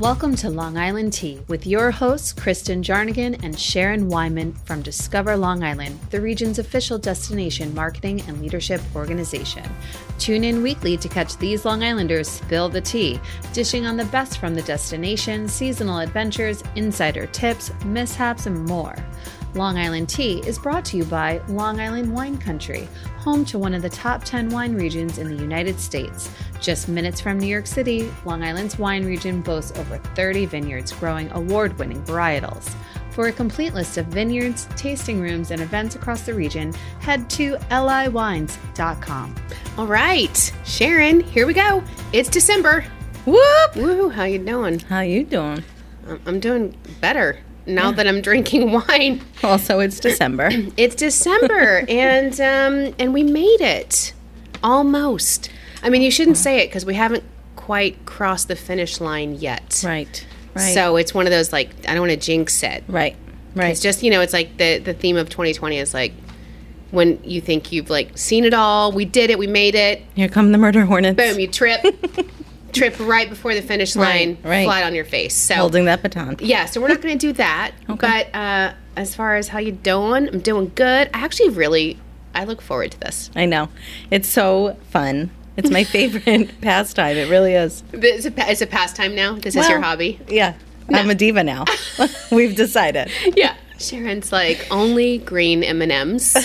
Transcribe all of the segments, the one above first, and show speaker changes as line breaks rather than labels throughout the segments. Welcome to Long Island Tea with your hosts, Kristen Jarnigan and Sharon Wyman from Discover Long Island, the region's official destination marketing and leadership organization. Tune in weekly to catch these Long Islanders spill the tea, dishing on the best from the destination, seasonal adventures, insider tips, mishaps, and more. Long Island Tea is brought to you by Long Island Wine Country, home to one of the top 10 wine regions in the United States. Just minutes from New York City, Long Island's wine region boasts over 30 vineyards growing award winning varietals. For a complete list of vineyards, tasting rooms, and events across the region, head to liwines.com.
All right, Sharon, here we go. It's December. Whoop! Woo! How you doing?
How you doing?
I'm- I'm doing better now that I'm drinking wine.
Also, it's December.
It's December, and um, and we made it almost. I mean, you shouldn't say it because we haven't quite crossed the finish line yet.
right. Right.
So it's one of those like I don't want to jinx it.
right. Right.
It's just you know, it's like the the theme of 2020 is like when you think you've like seen it all, we did it, we made it,
Here come the murder hornets.
boom, you trip, trip right before the finish line,
right.
flat on your face. So
Holding that baton.
yeah, so we're not going to do that. But uh, as far as how you doing, I'm doing good. I actually really, I look forward to this.
I know. It's so fun. It's my favorite pastime. It really is.
It's a, pa- it's a pastime now. This is your
Well,
hobby.
Yeah. I'm a diva now. We've decided.
Yeah. Sharon's like only green M and M's,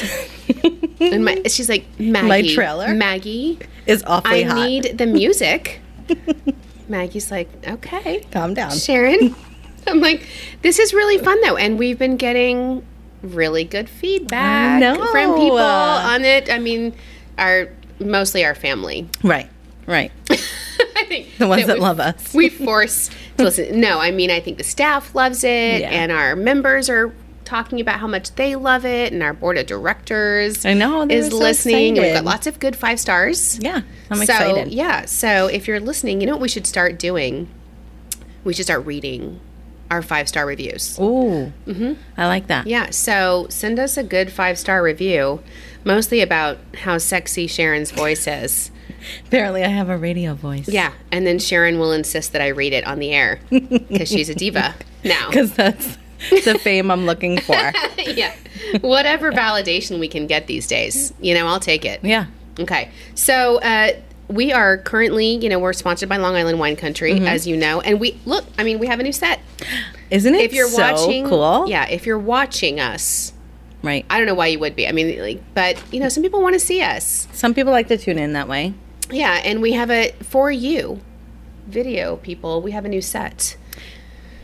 and my she's like Maggie.
trailer?
Maggie,
It's awfully
I
hot.
need the music. Maggie's like, okay,
Calm down.
Sharon. I'm like, this is really fun though, and we've been getting really good feedback
know.
from people on it. I mean, our mostly our family.
Right. Right.
I think
The ones that
we-
love us.
we force to listen. No, I mean, I think the staff loves it,
Yeah.
and our members are talking about how much they love it, and our board of directors
I know, they
is
were so
listening. and We've got
excited.
lots of good five stars.
Yeah. I'm
so,
excited.
Yeah. So if you're listening, you know what we should start doing? We should start reading our five star reviews.
Ooh. Mm-hmm. I like that.
Yeah. So send us a good five star review, mostly about how sexy Sharon's voice is.
Apparently, I have a radio voice.
Yeah. And then Sharon will insist that I read it on the air because she's a diva now.
Because that's the fame I'm looking for.
yeah. Whatever validation we can get these days, you know, I'll take it.
Yeah.
Okay. So, uh, we are currently, you know, we're sponsored by Long Island Wine Country,
Mm-hmm.
as you know. And we, look, I mean, we have a new set.
Isn't it
If you're
so
watching,
cool?
yeah, if you're watching us,
Right.
I don't know why you would be. I mean, like, but, you know, some people want to see us.
Some people like to tune in that way.
Yeah. And we have a, for you, video people, we have a new set.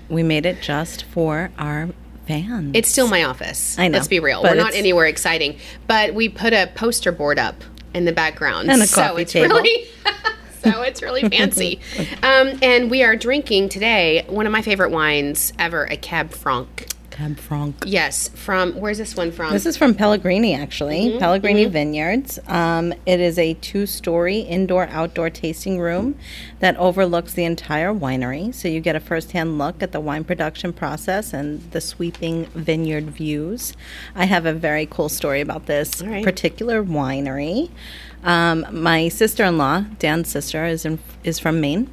We made it just for our fans.
It's still my office.
I know,
Let's be real.
but
We're not
it's-
anywhere exciting, but we put a poster board up in the background,
And a
so
coffee
it's
table.
really, so it's really fancy. Um, and we are drinking today one of my favorite wines ever, a Cab Franc.
Cab Franc.
Yes, from where's this one from?
This is from Pellegrini, actually. Pellegrini Vineyards. Um, it is a two story indoor outdoor tasting room that overlooks the entire winery. So you get a first hand look at the wine production process and the sweeping vineyard views. I have a very cool story about this
right.
particular winery. Um, my sister in law, Dan's sister, is, in, is from Maine.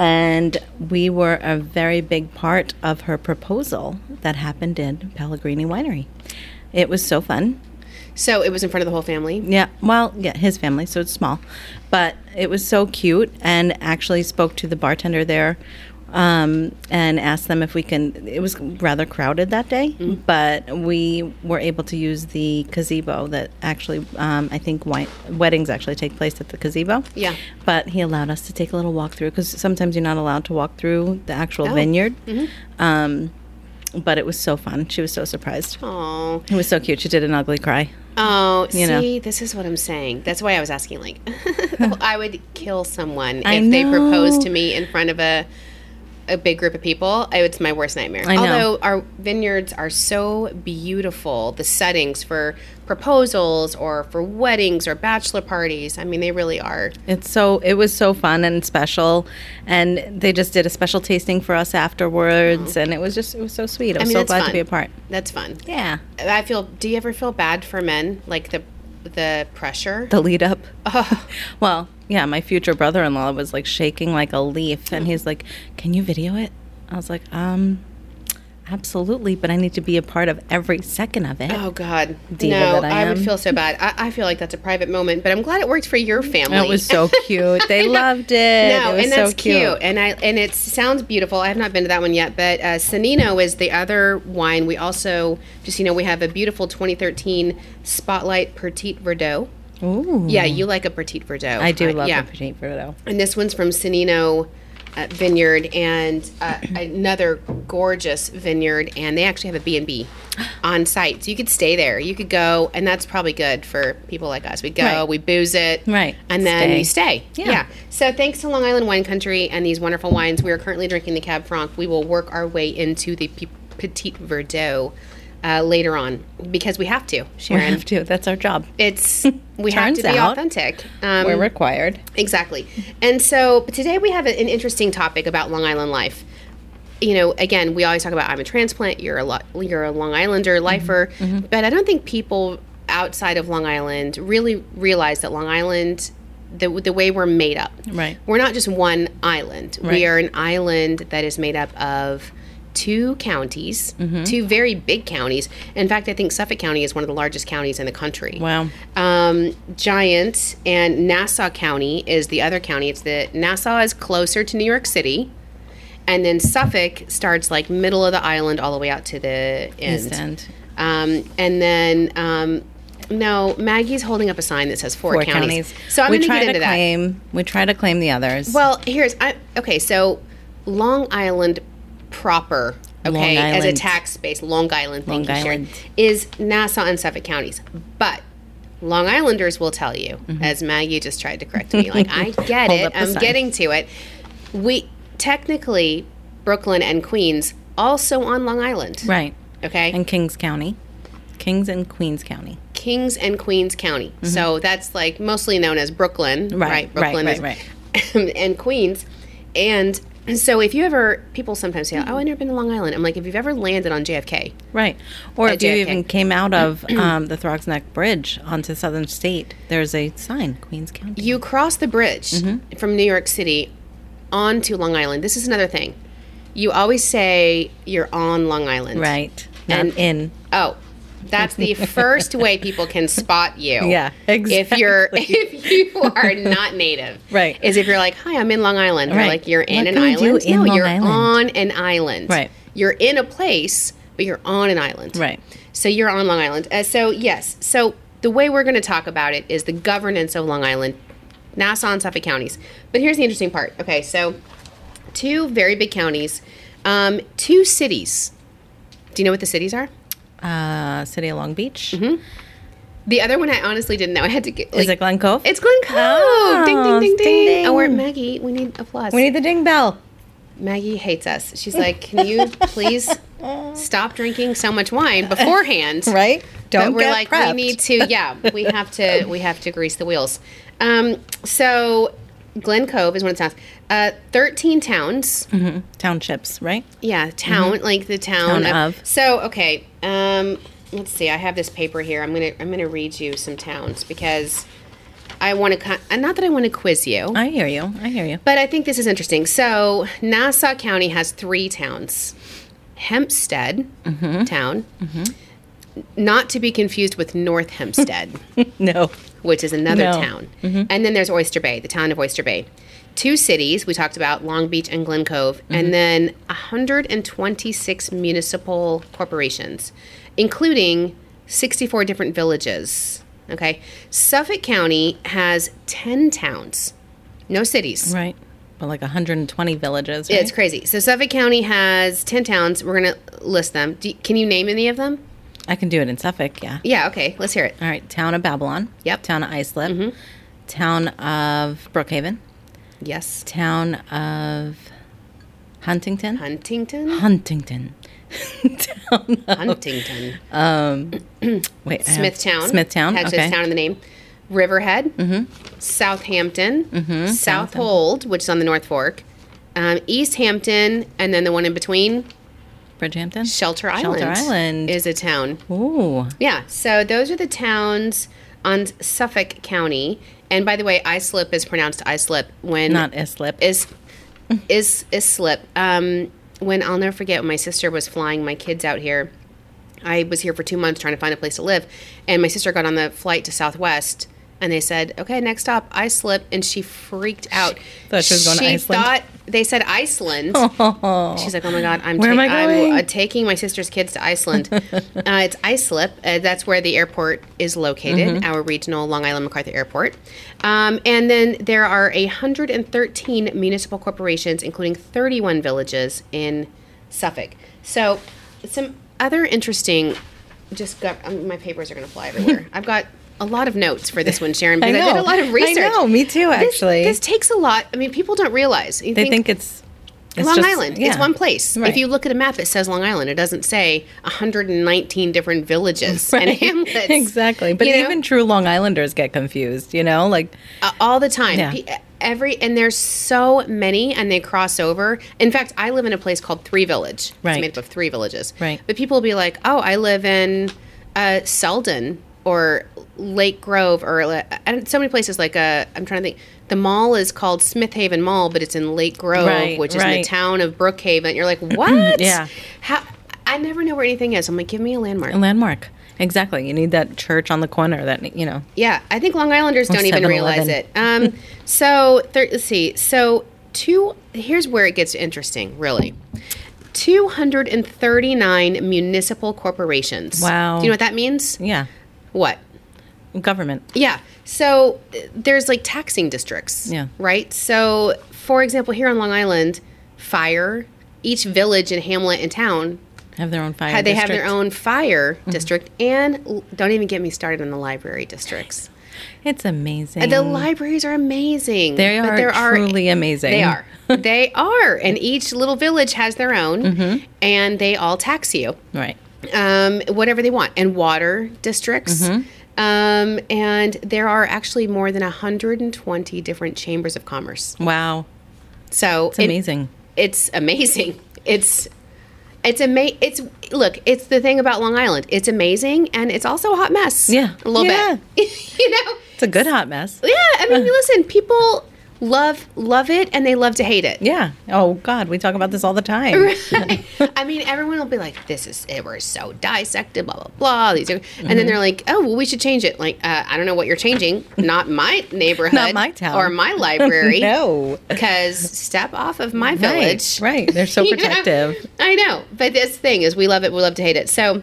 And we were a very big part of her proposal that happened in Pellegrini Winery. It was so fun.
so it was in front of the whole family.
Yeah, well, yeah, his family, so it's small. But it was so cute and actually spoke to the bartender there um, and asked them if we can. It was rather crowded that day,
Mm-hmm.
but we were able to use the gazebo that actually, um, I think wi- weddings actually take place at the gazebo.
Yeah.
But he allowed us to take a little walk through because sometimes you're not allowed to walk through the actual
Oh.
vineyard. Um, but it was so fun. She was so surprised.
Oh,
It was so cute. She did an ugly cry.
oh!
You know.
see, this is what I'm saying. That's why I was asking. Like, I would kill someone
I
if they proposed
know.
to me in front of a a big group of people. I- It's my worst nightmare.
I know.
Although our vineyards are so beautiful, the settings for proposals or for weddings or bachelor parties. I mean, they really are.
It's so it was so fun and special, and they just did a special tasting for us afterwards, and it was just it was so sweet. I'm
Mm-hmm. I mean,
so
that's
glad
fun.
to be a part.
That's fun.
Yeah,
I feel. Do you ever feel bad for men? Like the the pressure. Oh.
the lead up. well, yeah, my future brother-in-law was like shaking like a leaf,
Mm-hmm.
and he's like, "Can you video it?" I was like, "Um, absolutely, but I need to be a part of every second of it."
Oh God,
Diva
no!
that I
I, would
am.
feel so bad. I, I feel like that's a private moment, but I'm glad it worked for your family.
It was so cute. They loved it.
No,
it was
and that's
so
cute. and I and it sounds beautiful. I have not been to that one yet, but uh, Sanino is the other wine. We also just you know we have a beautiful 2013 Spotlight Petite Verdot.
Ooh,
Yeah, you like a Petite Verdot.
I do
Uh,
love
yeah.
the petite verdot.
And this one's from Sanino uh, Vineyard, and uh, another gorgeous vineyard. And they actually have a B and B on site, so you could stay there. You could go, and that's probably good for people like us. We go,
Right.
we booze it,
Right.
and then
Stay.
you stay.
Yeah.
So thanks to Long Island Wine Country and these wonderful wines, we are currently drinking the Cab Franc. We will work our way into the P- Petite Verdot. Uh, later on, because we have to,
We
Sharon.
have to. That's our job.
It's we have to
Turns
be
out
authentic. Um,
We're required.
Exactly. And so today we have an interesting topic about Long Island life. You know, again, we always talk about I'm a transplant, you're a lo- you're a Long
Mm-hmm.
Islander lifer, but I don't think people outside of Long Island really realize that Long Island the, the way we're made up.
Right.
We're not just one island.
Right.
We are an island that is made up of two counties,
Mm-hmm.
two very big counties. In fact, I think Suffolk County is one of the largest counties in the country
Wow.
um, Giant and Nassau County is the other county. It's the Nassau is closer to New York City, and then Suffolk starts like middle of the island all the way out to the end.
East End.
Um, and then um, no, Maggie's holding up a sign that says four,
Four
counties.
counties.
So I'm
we
going
try
get into
to
that.
claim. We try to claim the others.
Well, here's I okay, so Long Island proper,
Long
okay, as a
Island.
tax base, Long Island, thank
Long
you, Sharon,
Island.
is Nassau and Suffolk counties. But Long Islanders will tell you, as Maggie just tried to correct me, like I get
Mm-hmm. Hold
it,
up the
I'm
sign.
getting to it. We technically Brooklyn and Queens also on Long Island.
right.
Okay.
And Kings County, Kings and Queens County.
Kings and Queens County. So that's like mostly known as Brooklyn, right?
Mm-hmm. Right, right,
Brooklyn
right,
is,
right.
and Queens. And so if you ever, people sometimes say, "Oh, I've never been to Long Island." I'm like, if you've ever landed on JFK,
Right. Or if you
JFK.
even came out of um, the Throgs Neck Bridge onto Southern State, there's a sign, Queens County.
you cross the bridge
Mm-hmm.
from New York City onto Long Island. This is another thing. You always say you're on Long Island,
Right. Not
And-
in.
Oh, that's the first way people can spot you.
Yeah,
If you're
exactly.
if you are not native,
Right.
Is if you're like, hi, I'm in Long Island, or
Right.
like you're in
What
an
can I do
island.
in
no,
Long
you're
Island?
on an island.
Right.
You're in a place, but you're on an island.
Right.
So you're on Long Island. Uh, so yes. So the way we're going to talk about it is the governance of Long Island, Nassau and Suffolk counties. But here's the interesting part. Okay, so two very big counties, um, two cities. Do you know what the cities are?
Uh, City of Long Beach.
The other one I honestly didn't know. I had to get. Mm-hmm. Like,
Is it Glen Cove?
It's Glen Cove.
Oh,
ding, ding, ding,
it's ding,
ding,
ding.
Oh, we're Maggie. We need applause.
we need the ding bell.
Maggie hates us. She's like, can you please stop drinking so much wine beforehand?
Right? Don't
but we're
get
like, we
prepped.
need to. Yeah, we have to. We have to grease the wheels. Um, so, Glen Cove is one of the towns. Uh, Thirteen towns.
Mm-hmm. Mm, Townships, right?
Yeah, town like the town,
Mm-hmm. Town
of.
of.
So okay, um, let's see. I have this paper here. I'm gonna I'm gonna read you some towns because I want to. and Not that I want to quiz you,
I hear you. I hear you.
but I think this is interesting. So Nassau County has three towns: Hempstead town, not to be confused with North Hempstead
No.
which is another
No.
town. And then there's Oyster Bay, the town of Oyster Bay. Two cities, we talked about Long Beach and Glen Cove, and then 126 municipal corporations, including 64 different villages. Okay. Suffolk County has 10 towns, no cities.
Right. But like 120 villages.
It's
right?
crazy. So Suffolk County has 10 towns. We're going to list them. Do, can you name any of them?
I can do it in Suffolk, yeah.
Yeah, okay. Let's hear it.
All right. Town of Babylon.
Yep. Mm-hmm.
Town of Islip. Town of Brookhaven.
Yes.
Town of Huntington.
Huntington?
Huntington. town of
Huntington.
Wait, I have-
Smithtown.
Smithtown.
Has
okay. Mm-hmm.
its town in the name. Riverhead. Southampton. South Hold, which is on the North Fork. Um, East Hampton, and then the one in between,
Bridgehampton.
Shelter Island.
Shelter Island.
is a town.
Ooh.
Yeah. So those are the towns. on Suffolk County. And by the way, Islip is pronounced Islip when
Not Islip.
is is is slip. Um, when I'll never forget when my sister was flying my kids out here. I was here for two months trying to find a place to live, and my sister got on the flight to Southwest, and they said, "Okay, next stop, Islip," and she freaked out.
Thought she was going to Iceland.
thought they said Iceland. She's like, "Oh my god, I'm
Where am I
am
going?"
uh, taking my sister's kids to Iceland. uh, it's Islip. Uh, that's where the airport is located,
Mm-hmm.
our regional Long Island MacArthur Airport. Um, and then there are 113 municipal corporations, including 31 villages in Suffolk. So, some other interesting. Just got um, my papers are going to fly everywhere. I've got a lot of notes for this one, Sharon, because I, did a
know.
lot of
I
research.
know, me too,
This-
actually.
this, takes a lot. I mean, people don't realize. You
They think, it's, it's
Long
just-
Island. It's
yeah.
one place. If
Right.
you look at a map, it says Long Island. It doesn't say 119 different villages and
Right.
hamlets.
Exactly. But
you know?
even true Long Islanders get confused, you know? Like,
Uh, all the time.
Yeah.
Pe- Every and there's so many, and they cross over. In fact, I live in a place called Three Village. It's
Right.
made up of three villages.
Right.
But people will be like, "Oh, I live in uh, Selden or Lake Grove or uh, I don't, so many places." Like, uh, I'm trying to think. The mall is called Smith Haven Mall, but it's in Lake Grove,
Right,
which is in the
right.
town of Brookhaven. You're like, "What?
Yeah.
How?" I never know where anything is. I'm like, "Give me a landmark."
a landmark. Exactly. You need that church on the corner that, you know.
Yeah, I think Long Islanders don't even
7-Eleven.
realize it. Um, so thir- let's see. So two. Here's where it gets interesting, really. 239 municipal corporations.
Wow.
Do you know what that means?
Yeah.
What?
Government.
Yeah. So uh, there's like taxing districts.
Yeah.
Right? So, for example, here on Long Island, fire, each village and hamlet and town
Have their own fire.
had- they have their
district. Mm-hmm.
own fire district and l- don't even get me started on the library districts.
It's amazing.
The libraries are amazing.
Mm. They
But
are truly amazing.
They are. they are. And each little village has their own,
Mm-hmm.
and they all tax you
Right.
um, whatever they want, and water districts.
Mm-hmm.
Um, and there are actually more than 120 different chambers of commerce.
Wow.
So
It's amazing.
It's amazing. It's it's ama- it's look, it's the thing about Long Island. It's amazing and it's also a hot mess.
Yeah.
A little
Yeah.
bit. you know?
It's a good hot mess.
Yeah, I mean, listen, people love love it and they love to hate it.
Yeah. Oh God, we talk about this all the time.
I mean, everyone will be like, "This is it. We're so dissected." Blah blah blah. These, are,
Mm-hmm.
and then they're like, "Oh, well, we should change it." Like, uh, I don't know what you're changing. Not my neighborhood.
Not my town.
or my library.
no.
Because step off of my village.
Right. Right. They're so
You know?
protective.
I know. But this thing is, we love it. We love to hate it. So.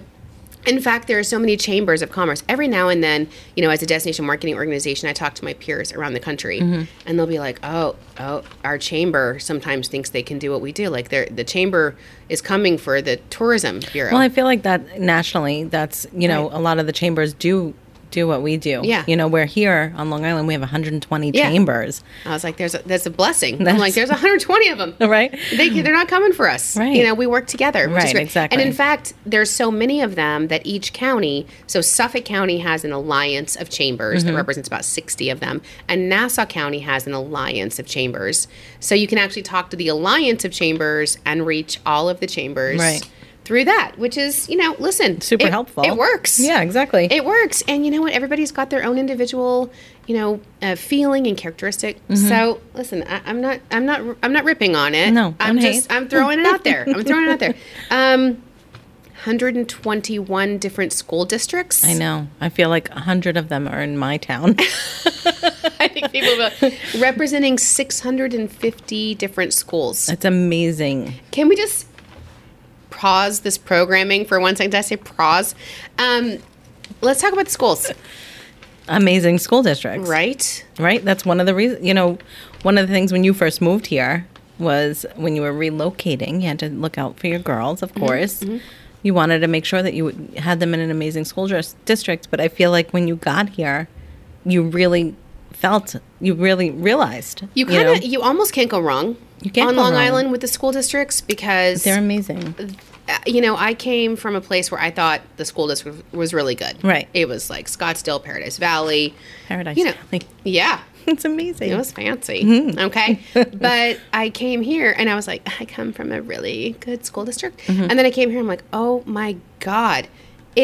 In fact, there are so many chambers of commerce. Every now and then, you know, as a destination marketing organization, I talk to my peers around the country,
Mm-hmm.
and they'll be like, "Oh, oh, our chamber sometimes thinks they can do what we do. Like, they're- the chamber is coming for the tourism bureau."
Well, I feel like that nationally, that's you know,
Right.
a lot of the chambers do do what we do.
Yeah.
You know, we're here on Long Island, we have 120
Yeah.
chambers.
I was like, "There's a, that's a blessing." I'm
That's-
like, "There's 120 of them,
Right.
They they're not coming for us,
Right.
You know, we work together, which is
Right,
great.
exactly.
And in fact, there's so many of them that each county, so Suffolk County has an alliance of chambers
Mm-hmm.
that represents about 60 of them, and Nassau County has an alliance of chambers. So you can actually talk to the alliance of chambers and reach all of the chambers
Right.
through that, which is you know, listen,
Super
it-
helpful.
It works,
Yeah, exactly.
it works, and you know what? Everybody's got their own individual, you know, uh, feeling and characteristic.
Mm-hmm.
So listen, I, I'm not, I'm not, I'm not ripping on it.
No,
I'm
don't
just,
hate.
I'm throwing it out there. I'm throwing it out there. Um, 121 different school districts.
I know. I feel like a hundred of them are in my town.
I think people will, representing 650 different schools.
it's amazing.
Can we just pause this programming for one second? Did I say pause? Um, let's talk about the schools,
Amazing school districts.
right?
Right? That's one of the reasons, you know, one of the things when you first moved here was when you were relocating, you had to look out for your girls, of
Mm-hmm,
course. You wanted to make sure that you had them in an amazing school dris- district, but I feel like when you got here, you really felt, you really realized.
You kind of,
know,
you, almost can't go wrong
You can't
on
go
Long
wrong.
Island with the school districts because
they're amazing.
uh, you know, I came from a place where I thought the school district was really good.
Right.
It was like Scottsdale, Paradise Valley.
Paradise.
You know,
Like,
yeah.
it's amazing.
It was fancy.
Mm-hmm.
Okay. but I came here and I was
Mm-hmm.
like, I come from a really good school district. And then I came here, I'm like, oh my God,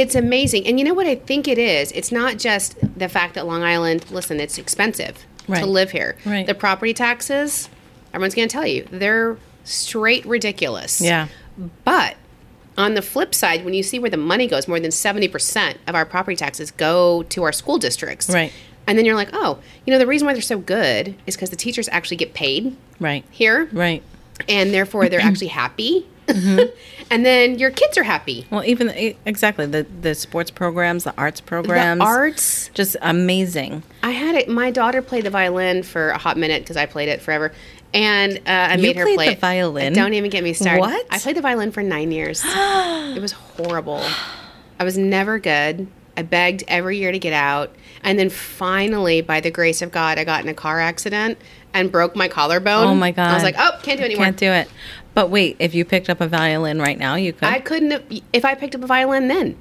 It's amazing. And you know what I think it is? It's not just the fact that Long Island, listen, it's expensive
Right.
to live here.
Right.
The property taxes, everyone's going to tell you, they're straight ridiculous.
Yeah.
But on the flip side, when you see where the money goes, more than 70% of our property taxes go to our school districts.
Right.
And then you're like, oh, you know, the reason why they're so good is because the teachers actually get paid
Right.
here.
Right.
And therefore, they're actually happy. and then your kids are happy.
Well, even e- exactly the the sports programs, the arts programs,
The arts.
just amazing.
I had it. My daughter played the violin for a hot minute because I played it forever, and uh, I
You
made her
played
play it.
the violin?
Don't even get me started.
What?
I played the violin for nine years. it was horrible. I was never good. I begged every year to get out, and then finally, by the grace of God, I got in a car accident and broke my collarbone.
Oh my god!
I was like, oh, can't do it anymore.
Can't do it. But wait, if you picked up a violin right now, you could.
I couldn't have. If I picked up a violin then,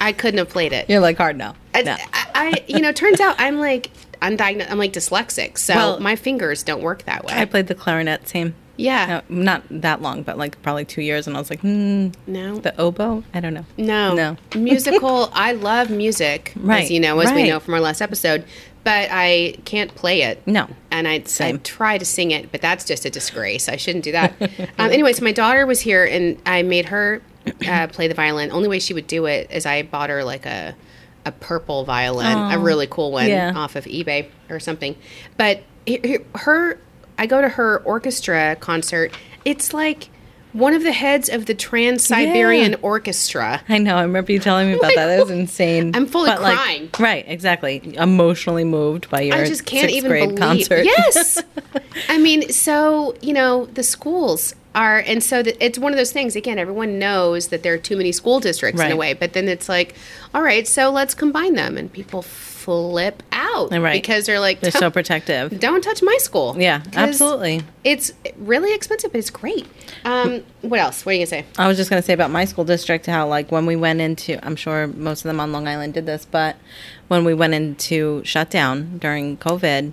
I couldn't have played it.
You're like hard no.
I,
No.
I, I- you know, turns out I'm like undiagnosed. I'm like dyslexic, so
Well-
my fingers don't work that way.
I played the clarinet same.
Yeah.
No, not that long, but like probably two years, and I was like, hmm.
No.
The oboe? I don't know.
no.
No.
Musical. I love music,
Right,
as you know, as
right.
we know from our last episode, but I can't play it.
No.
And I, I
Same.
try to sing it, but that's just a disgrace. I shouldn't do that. um, anyway, so my daughter was here, and I made her uh, play the violin. Only way she would do it is I bought her like a a purple violin, a really cool one
yeah.
off of eBay or something. But he- he- her, I go to her orchestra concert. It's like one of the heads of the Trans Siberian Orchestra.
I know. I remember you telling me about that. That was insane.
I'm fully
like,
crying.
right. Exactly. Emotionally moved by your
I just can't
sixth
even
grade
believe.
concert.
Yes, I mean, so you know, the schools are, and so that it's one of those things. Again, everyone knows that there are too many school districts in a
Right.
way, but then it's like, all right, so let's combine them, and people flip out,
Right.
Because they're like,
They're so protective.
don't touch my school.
Yeah,
'Cause
absolutely.
It's really expensive, but it's great. Um, what else? What are you gonna say?
I was just going to say about my school district how, like, when we went into, I'm sure most of them on Long Island did this, but when we went into shutdown during COVID,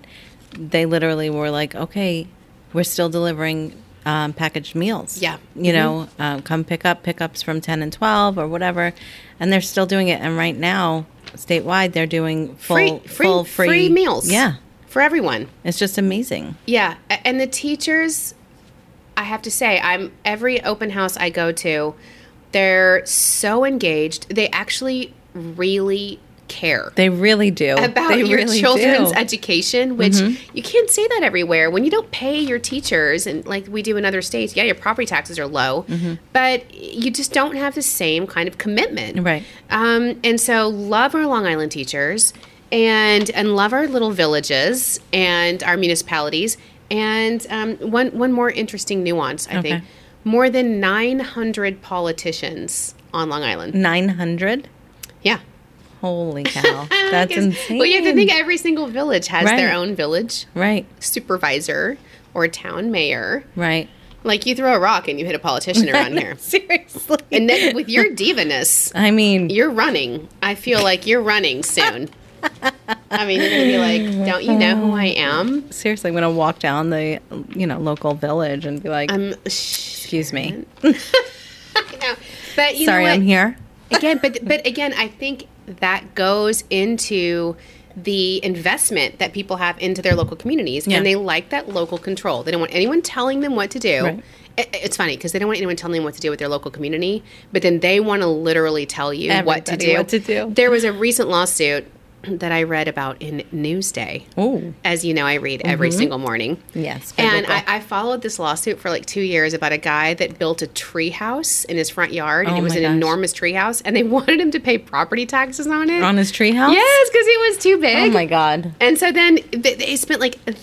they literally were like, okay, we're still delivering um, packaged meals.
Yeah. Mm-hmm.
You know, um, come pick up pickups from 10 and 12 or whatever. And they're still doing it. And right now, statewide, they're doing full,
Free, free,
full
free, meals.
Yeah.
for everyone.
It's just amazing.
Yeah, a- and the teachers, I have to say, I'm every open house I go to, they're so engaged. They actually really care
They really do.
about
They
your
really
children's
do. Mm-hmm.
education, which you can't say that everywhere. When you don't pay your teachers, and like we do in other states, yeah, your property taxes are low,
Mm-hmm.
but you just don't have the same kind of commitment,
Right.
Um, and so, love our Long Island teachers, and and love our little villages and our municipalities. And um, one one more interesting nuance, I think,
Okay.
more than nine hundred politicians on Long Island.
900?
Yeah.
Holy cow. That's
Because-
insane.
Well, you have to think every single village has their
Right.
own village
Right,
supervisor or town mayor.
right.
Like you throw a rock and you hit a politician around here.
Seriously.
And then with your divaness,
I mean,
you're running. I feel like you're running soon. I mean, you're going to be like, don't you know who I am?
seriously, I'm going to walk down the, you know, local village and be like,
I'm. Shh.
excuse me.
I know. But you know
Sorry,
what?
I'm here.
again but but again i think that goes into the investment that people have into their local communities
Yeah.
and they like that local control they don't want anyone telling them what to do
Right.
I- It's funny because they don't want anyone telling them what to do with their local community, but then they want to literally tell you what to
Everybody
do.
what to do.
There was a recent lawsuit that I read about in Newsday.
Oh.
As you know, I read every single morning.
Mm-hmm. Yes,
And
biblical.
I, I followed this lawsuit for like two years about a guy that built a tree house in his front yard, and
Oh
it was
my
an
gosh.
enormous tree house, and they wanted him to pay property taxes on it.
On his treehouse?
yes, because it was too big.
Oh my God.
And so then they, they spent like th-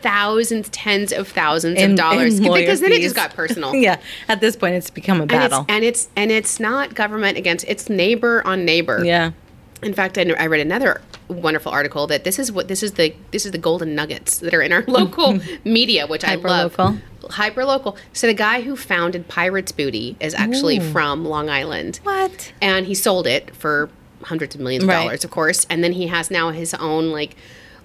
thousands, tens of thousands
And-
of dollars
and lawyer
because then it
fees.
just got personal.
yeah. At this point, it's become a
And it's,
battle.
and it's and it's not government against it's neighbor on neighbor.
yeah.
In fact, I, kn- I read another wonderful article that this is what this is the this is the golden nuggets that are in our local media, which I love.
Hyperlocal.
Hyper local. So the guy who founded Pirates Booty is actually from Long Island.
What?
And he sold it for hundreds of millions of
Right.
dollars, of course. And then he has now his own like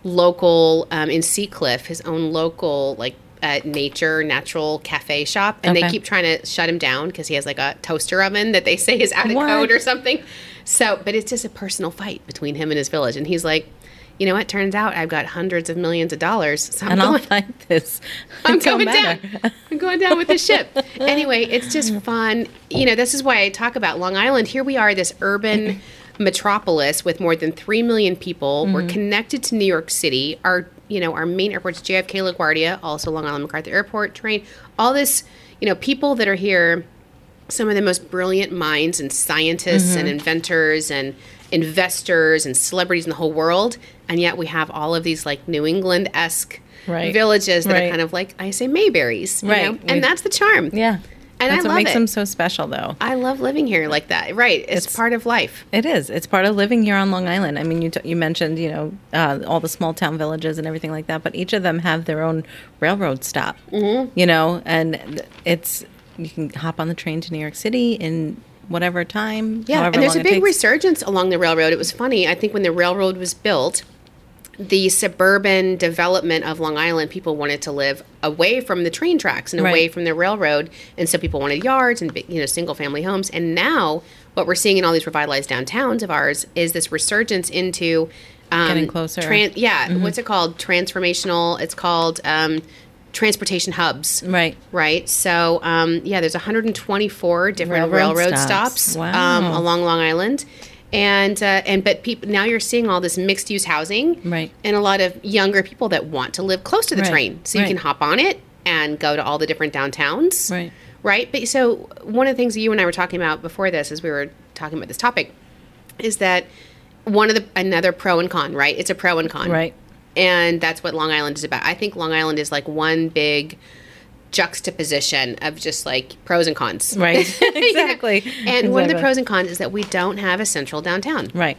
local um, in Sea Cliff, his own local like uh, a nature natural cafe shop, and they
Okay.
keep trying to shut him down because he has like a toaster oven that they say is out of
What?
code or something. So, but it's just a personal fight between him and his village, and he's like. You know what? Turns out I've got hundreds of millions of dollars, so I'm
and I'll
going.
find this.
I'm
It don't
going down.
matter.
I'm going down with the ship. Anyway, it's just fun. You know, this is why I talk about Long Island. Here we are, this urban metropolis with more than three million people.
Mm-hmm.
We're connected to New York City. Our you know, our main airports, JFK LaGuardia, also Long Island MacArthur Airport, train, all this, you know, people that are here some of the most brilliant minds and scientists and
Mm-hmm.
inventors and investors and celebrities in the whole world and yet we have all of these like new england-esque
Right.
villages that are
Right.
kind of like i say mayberries you know?
Right.
and
We-
that's the charm
Yeah.
And I
That's what
love
makes
it.
them so special, though.
i love living here like that right it's, part of life
It is. It's part of living here on Long Island. I mean, you, t- you mentioned, you know, uh, all the small town villages and everything like that, but each of them have their own railroad stop,
Mm-hmm.
you know, and it's, you can hop on the train to New York City in whatever time.
yeah
however
and there's a
long it
big
takes.
resurgence along the railroad it was funny i think when the railroad was built the suburban development of Long Island, people wanted to live away from the train tracks and
Right.
away from the railroad, and so people wanted yards and big, you know single family homes. And now, what we're seeing in all these revitalized downtowns of ours is this resurgence into um,
Getting closer. Mm-hmm.
tran- yeah, what's it called? Transformational. It's called um, transportation hubs.
Right.
Right. So, um, yeah, there's 124 different
Railroad
railroad, stops,
stops.
um,
Wow.
along Long Island. And, uh, and but people now you're seeing all this mixed use housing
Right.
and a lot of younger people that want to live close to the
Right.
train so you
Right.
can hop on it and go to all the different downtowns
Right.
right but so one of the things that you and I were talking about before this as we were talking about this topic is that one of the another pro and con right it's a pro and con
Right.
and that's what Long Island is about. I think Long Island is like one big juxtaposition of just like pros and cons.
Right. exactly.
And one of the
Exactly.
pros and cons is that we don't have a central downtown.
Right.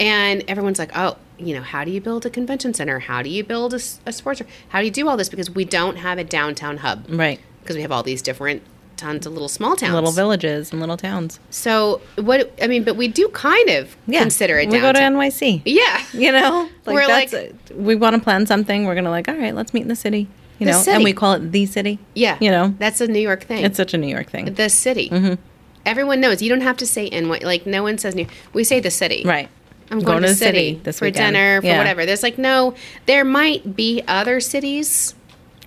And everyone's like, oh, you know, how do you build a convention center? How do you build a, s- a sports? How do you do all this? Because we don't have a downtown hub.
Right.
Because we have all these different tons of little small towns.
Little villages and little towns.
So what? I mean, but we do kind of
Yeah.
consider it
We go to
downtown.
NYC.
yeah.
You know, like
We're
that's
like-
we want to plan something. We're gonna like, all right, let's meet in the city. You
The
know,
city.
and we call it the city.
Yeah.
You know,
That's a New York thing.
it's such a Mm-hmm. New York thing.
The city. Everyone knows. You don't have to say NY. Like no one says new. We say the city.
Right.
I'm going, to the city,
this
for
weekend.
dinner for
Yeah.
whatever. There's like no. There might be other cities.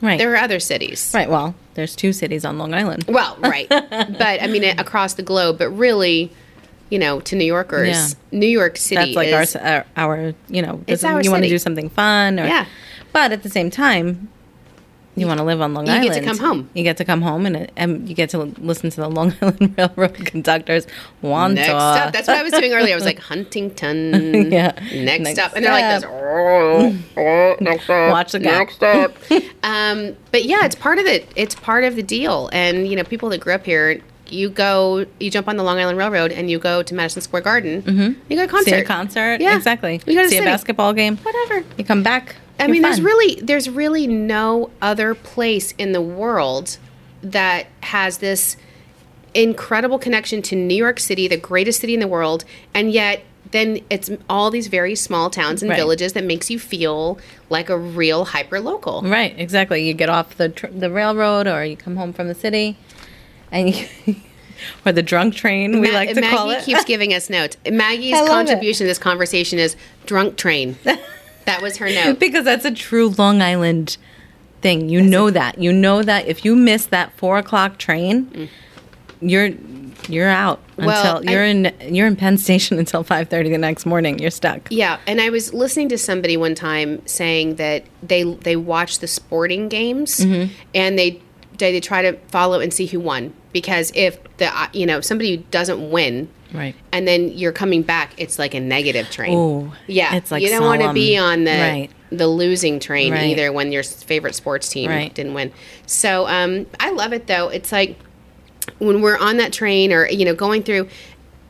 Right.
There are other cities.
right. Well, there's two cities on Long Island.
Well, right. but I mean across the globe. But really, you know, to New Yorkers,
Yeah.
New York City
That's like
is
our, our our you know, this
It's our
is- you want
city.
to do something fun or
Yeah.
But at the same time, you want to live on Long
you
Island.
get to come home.
You get to come home and uh, and you get to listen to the Long Island Railroad conductors. One
next up. That's what I was doing earlier. I was like Huntington.
Yeah.
Next,
Next
up, and they're like
up.
this. "Oh,
next up.
Watch the guy.
Next up.
Um, but yeah, it's part of it. It's part of the deal. And you know, people that grew up here, you go, you jump on the Long Island Railroad, and you go to Madison Square Garden. Mm-hmm. You go to a concert,
see a concert.
Yeah.
exactly.
You go to
see a
city.
basketball game.
whatever.
You come back.
I
you're
mean, there's
fine.
really there's really no other place in the world that has this incredible connection to New York City, the greatest city in the world, and yet then it's all these very small towns and
Right.
villages that makes you feel like a real hyper local.
right. Exactly. You get off the tr- the railroad, or you come home from the city, and you, or the drunk train we
Ma-
like to
Maggie
call it.
keeps giving us notes. Maggie's
I love
contribution to this conversation is drunk train. that was her note.
because that's a true Long Island thing. You know that. You know that if you miss that four o'clock train, you're you're out
Mm. Well,
until you're
I-
in you're in Penn Station until five thirty the next morning. You're stuck.
Yeah, and I was listening to somebody one time saying that they they watch the sporting games and they they, they try to follow and see who won because if the uh, you know somebody who doesn't win
Right.
and then you're coming back, it's like a negative train.
Ooh,
yeah,
it's like
you don't want to
solemn.
be on the
Right.
the losing train
Right.
either when your favorite sports team
Right.
didn't win. So um, I love it though. It's like when we're on that train or you know going through.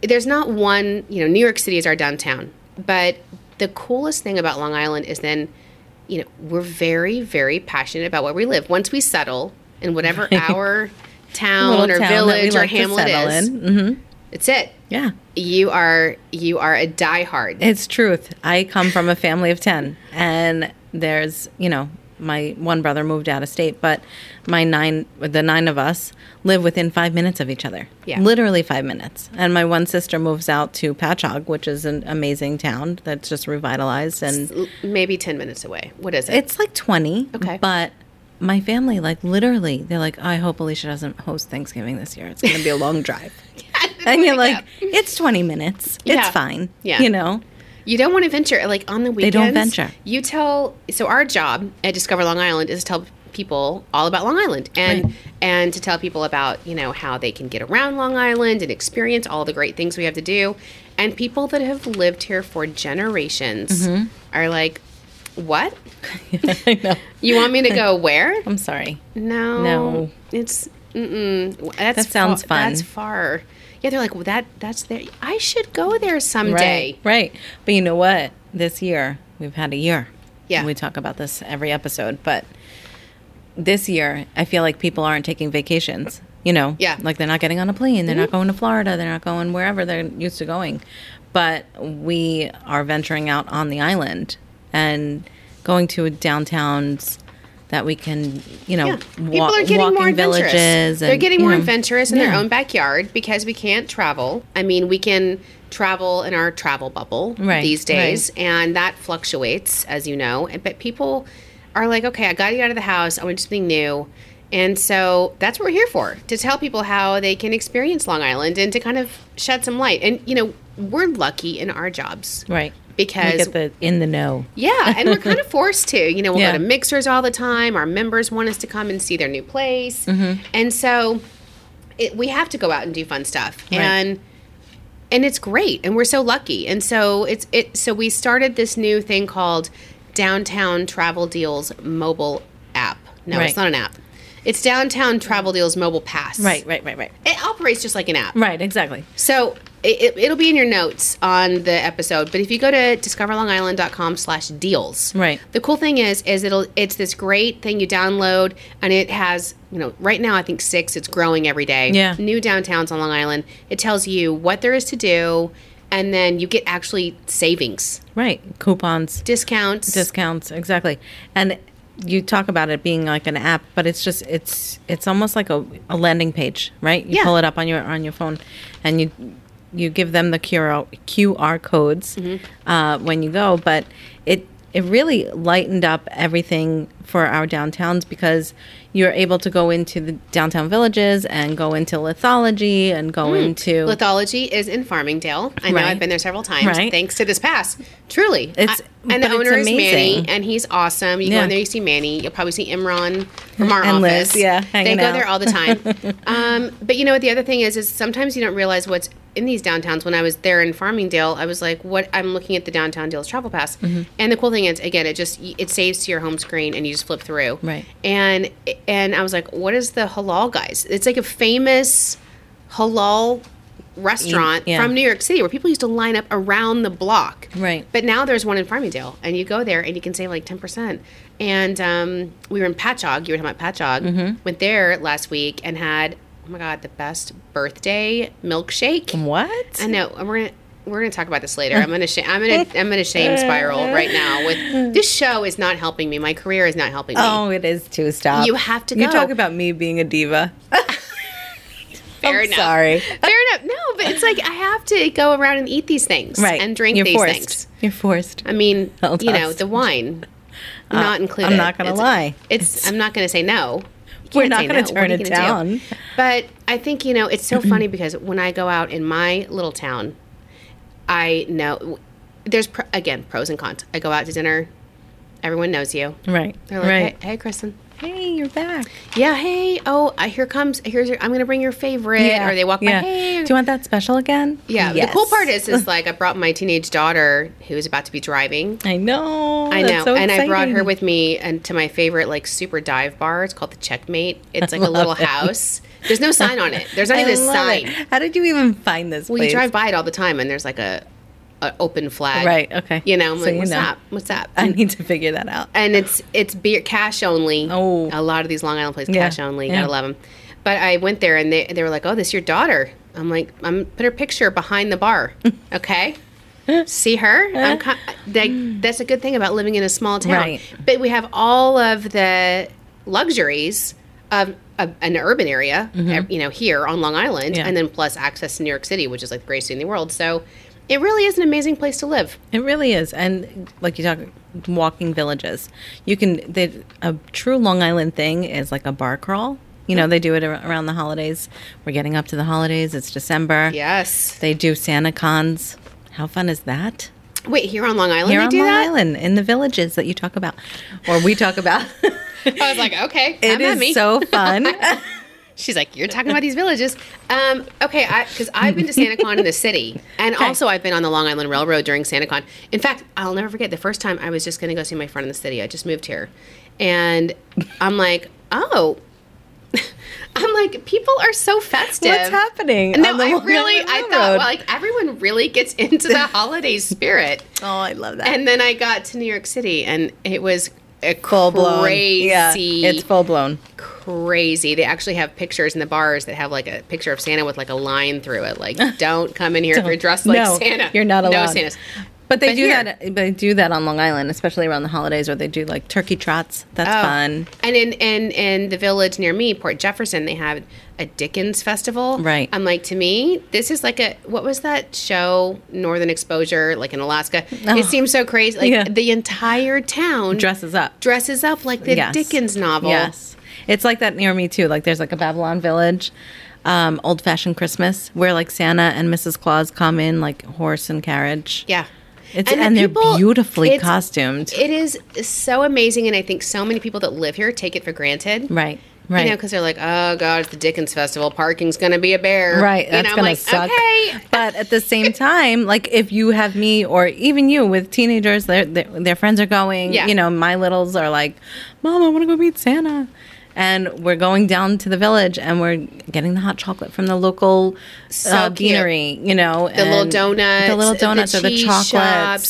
There's not one. You know, New York City is our downtown, but the coolest thing about Long Island is then, you know, we're very very passionate about where we live. Once we settle in whatever our town
Little
or
town that we
village or
like to
hamlet
settle
is,
in. Mhm.
it's it
Yeah.
you are you are a diehard.
It's truth. I come from a family of 10, and there's, you know, my one brother moved out of state, but my nine, the nine of us live within five minutes of each other.
Yeah.
Literally five minutes. And my one sister moves out to Patchogue, which is an amazing town that's just revitalized. And
L- maybe 10 minutes away. What is it?
it's like 20.
Okay.
But my family, like literally, they're like, I hope Alicia doesn't host Thanksgiving this year. It's going to be a long drive. and you're like, it's 20 minutes. It's
Yeah.
fine.
Yeah.
You know?
You don't want to venture like on the weekends.
don't venture.
You tell so our job at Discover Long Island is to tell people all about Long Island and and to tell people about, you know, how they can get around Long Island and experience all the great things we have to do. And people that have lived here for generations are like, "What?
Mm-hmm. I know.
You want me to go where?"
I'm sorry.
No.
No.
It's mm-mm. W- That's
That sounds
fa-
fun.
That's far. Yeah, they're like, well, that that's there. I should go there someday.
Right. But you know what? This year, we've had a year.
Yeah.
We talk about this every episode, but this year, I feel like people aren't taking vacations, you know?
Yeah. Mm-hmm.
Like they're not getting on a plane, they're not going to Florida, they're not going wherever they're used to going. But we are venturing out on the island and going to downtowns that we can, you know,
Yeah.
wa-
People are getting
walking
more adventurous.
villages. And,
They're getting
you
more
know.
adventurous in their
Yeah.
own backyard because we can't travel. I mean, we can travel in our travel bubble
Right,
these days, and that fluctuates, as you know. And- But people are like, okay, I got to get out of the house. I want to do something new. And so that's what we're here for to tell people how they can experience Long Island and to kind of shed some light. And, you know, we're lucky in our jobs.
Right.
Because-
we get the in the know.
Yeah, and we're kind of forced to. You know, we'll
Yeah.
go to mixers all the time. Our members want us to come and see their new place.
Mm-hmm.
And so it, we have to go out and do fun stuff.
Right.
And and it's great and we're so lucky. And so it's it so we started this new thing called Downtown Travel Deals mobile app. No,
Right.
it's not an app. It's Downtown Travel Deals mobile pass.
Right, right, right, right.
It operates just like an app.
Right, exactly.
So it, it, it'll be in your notes on the episode. But if you go to discoverlongisland.com slash deals.
Right.
The cool thing is, is it'll, it's this great thing you download and it has, you know, right now I think six, it's growing every day.
Yeah.
New downtowns on Long Island. It tells you what there is to do and then you get actually savings,
Right. Coupons,
discounts.
discounts, exactly. And you talk about it being like an app, but it's just it's it's almost like a, a landing page, right? You
Yeah.
pull it up on your on your phone and you you give them the QR QR codes uh, when you go, but it it really lightened up everything for our downtowns because you're able to go into the downtown villages and go into lithology and go into
Lithology is in Farmingdale. I know
Right.
I've been there several times.
Right.
Thanks to this pass, truly.
It's-
I- and the
but it's
owner is Manny,
amazing.
and he's awesome. You go
Yeah.
in there, you see Manny. You'll probably see Imran from our
And Liz,
office.
yeah,
they
hanging
go
out.
there all the time. um, but you know what? The other thing is, is sometimes you don't realize what's in these downtowns. When I was there in Farmingdale, I was like, "What?" I'm looking at the downtown deals travel pass,
Mm-hmm.
and the cool thing is, again, it just it saves to your home screen, and you just flip through.
Right.
And and I was like, "What is the halal guys?" It's like a famous halal restaurant
Yeah.
from New York City where people used to line up around the block.
Right.
But now there's one in Farmingdale, and you go there and you can save like 10%. And um, we were in Patchogue. You were talking about Patchogue.
Mm-hmm.
Went there last week and had, oh my God, the best birthday milkshake.
what?
I know. And we're gonna we're gonna talk about this later. I'm gonna sh- I'm gonna I'm gonna shame spiral right now. With this show is not helping me. My career is not helping me.
Oh, it is two stop.
You have to
You
go.
talk about me being a diva.
Fair
I'm
enough.
sorry.
Fair enough. No, but it's like I have to go around and eat these things,
Right.
And drink
You're
these
forced.
things.
You're forced.
I mean,
Hold
you know,
us.
the wine, not included.
Uh, not gonna
It's-
lie.
It's, I'm not going to say no. You
We're
can't
not
say
gonna
no.
turn
What are you
it
gonna do?
down.
But I think you know it's so funny because when I go out in my little town, I know there's pr- again pros and cons. I go out to dinner, everyone knows you.
Right.
They're like,
right.
hey, hey, Kristen.
Hey, you're back.
Yeah, hey. Oh, uh, here comes. Here's. Your, I'm going to bring your favorite. Or they walk by. Hey,
Do you want that special again?
yeah. The cool part is, is like I brought my teenage daughter who is about to be driving.
I know.
I
that's
know,
so
and I brought her
exciting.
with me and to my favorite like super dive bar. It's called the Checkmate. It's like a little house. There's no sign on it. There's not
I
even a
love
sign.
it. How did you even find this?
Well, you
place?
drive by it all the time, and there's like a, a open flag.
Right, okay.
You know, I'm
So
like,
you
what's
know.
up? What's up?
I need to figure that out.
and it's it's beer cash only.
Oh.
a lot of these Long Island places
Yeah,
cash only.
yeah.
Gotta love them. But I went there and they they were like, "Oh, this your daughter." I'm like, "I'm put her picture behind the bar, okay?" See her? I'm co- like, that's a good thing about living in a small town.
Right.
But we have all of the luxuries of, of an urban area, eh, you know, here on Long Island,
Mm-hmm. Yeah.
and then plus access to New York City, which is like the greatest city in the world. So it really is an amazing place to live.
It really is, and like you talk, walking villages. You can. They, a true Long Island thing is like a bar crawl. You know, they do it ar- around the holidays. We're getting up to the holidays. It's December.
Yes.
They do Santa cons. How fun is that?
Wait, here on Long Island,
Here
Oh, they
on
do
Long
that?
Island, in the villages that you talk about, or we talk about.
I was like, okay,
It
I'm at
is
me.
so fun.
She's like, you're talking about these villages. Um, okay, because I've been to SantaCon in the city, and also I've been on the Long Island Railroad during SantaCon. In fact, I'll never forget the first time I was just going to go see my friend in the city. I just moved here, and I'm like, oh, I'm like, people are so festive.
What's happening
No,
on the
I
Long
really,
Island
I
Railroad?
thought, well, like everyone really gets into the holiday spirit.
oh, I love that.
And then I got to New York City, and it was a
full blown.
crazy
Yeah, it's full blown.
crazy. They actually have pictures in the bars that have like a picture of Santa with like a line through it. Like, don't come in here if you're dressed like
no,
Santa.
You're not allowed.
No Santas.
But they
But
do
here-
that. But they do that on Long Island, especially around the holidays, where they do like turkey trots. That's
Oh.
fun.
And in, in in the village near me, Port Jefferson, they have a Dickens festival.
Right.
I'm like, to me, this is like a what was that show, Northern Exposure, like in Alaska?
Oh.
It seems so crazy. Like
Yeah.
the entire town
Dresses up.
dresses up like the
Yes.
Dickens novel.
Yes, it's like that near me too. Like there's like a Babylon Village, um, old fashioned Christmas where like Santa and Mrs. Claus come in like horse and carriage.
Yeah.
It's, and,
the
they're
people-
beautifully
it's-
costumed.
It is so amazing, and I think so many people that live here take it for granted.
right. Right.
You know, because they're like, oh god, it's the Dickens Festival. Parking's gonna be a bear.
Right,
You
that's
know, I'm
gonna
like,
suck.
okay.
But at the same time, like if you have me or even you with teenagers, their their, their friends are going.
Yeah.
You know, my littles are like, "Mom, I want to go meet Santa," and we're going down to the village and we're getting the hot chocolate from the local uh,
cute.
beanery. You know, the
little donuts,
the little
the
donuts, or the
cheese
chocolates.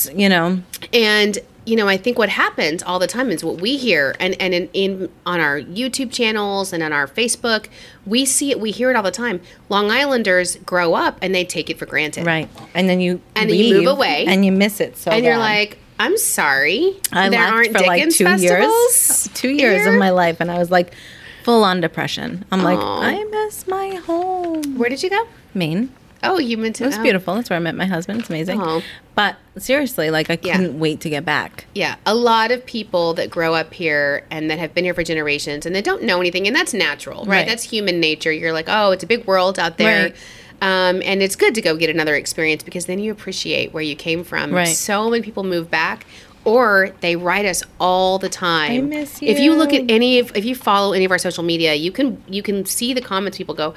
shops.
You know,
And you know, I think what happens all the time is what we hear, and and in, in on our YouTube channels and on our Facebook, we see it, we hear it all the time. Long Islanders grow up and they take it for granted.
right? And then you
And then you move
leave
away.
and you miss it. So
And you're
bad.
like, I'm sorry,
I
there
left
aren't
for like
Dickens
two
festivals.
years, two years
here."
of my life, and I was like full on depression. I'm like,
Aw.
I miss my home,
Where did you go?
Maine.
Oh, you meant to.
It was
oh.
beautiful. That's where I met my husband. It's amazing.
Aw.
But seriously, like I
Oh. Yeah.
couldn't wait to get back.
Yeah, a lot of people that grow up here and that have been here for generations and they don't know anything, and that's natural, right?
Right.
That's human nature. You're like, oh, it's a big world out there.
Right.
Um, and it's good to go get another experience because then you appreciate where you came from.
Right.
So many people move back or they write us all the time.
miss
If you look
you.
at any of if you follow any of our social media, you can you can see the comments people go,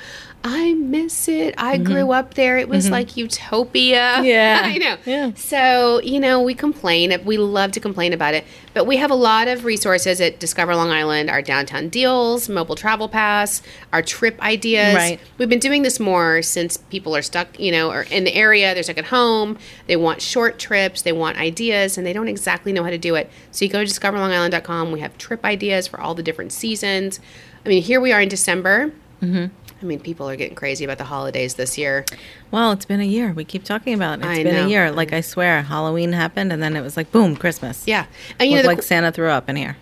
I miss it. I grew up there. It was like utopia.
Mm-hmm. Yeah.
I know.
Yeah.
So, you know, we complain. We love to complain about it. But we have a lot of resources at Discover Long Island our downtown deals, mobile travel pass, our trip ideas.
Right.
We've been doing this more since people are stuck, you know, or in the area, they're stuck at home. They want short trips, they want ideas, and they don't exactly know how to do it. So you go to discoverlongisland.com. We have trip ideas for all the different seasons. I mean, here we are in December.
Mm-hmm.
I mean, people are getting crazy about the holidays this year.
Well, it's been a year. We keep talking about it. It's
I
been
know.
a year. Like I swear, Halloween happened, and then it was like boom, Christmas.
Yeah. And you know,
Looked
the,
like Santa threw up in here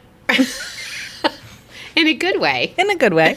in a good way.
in a good way.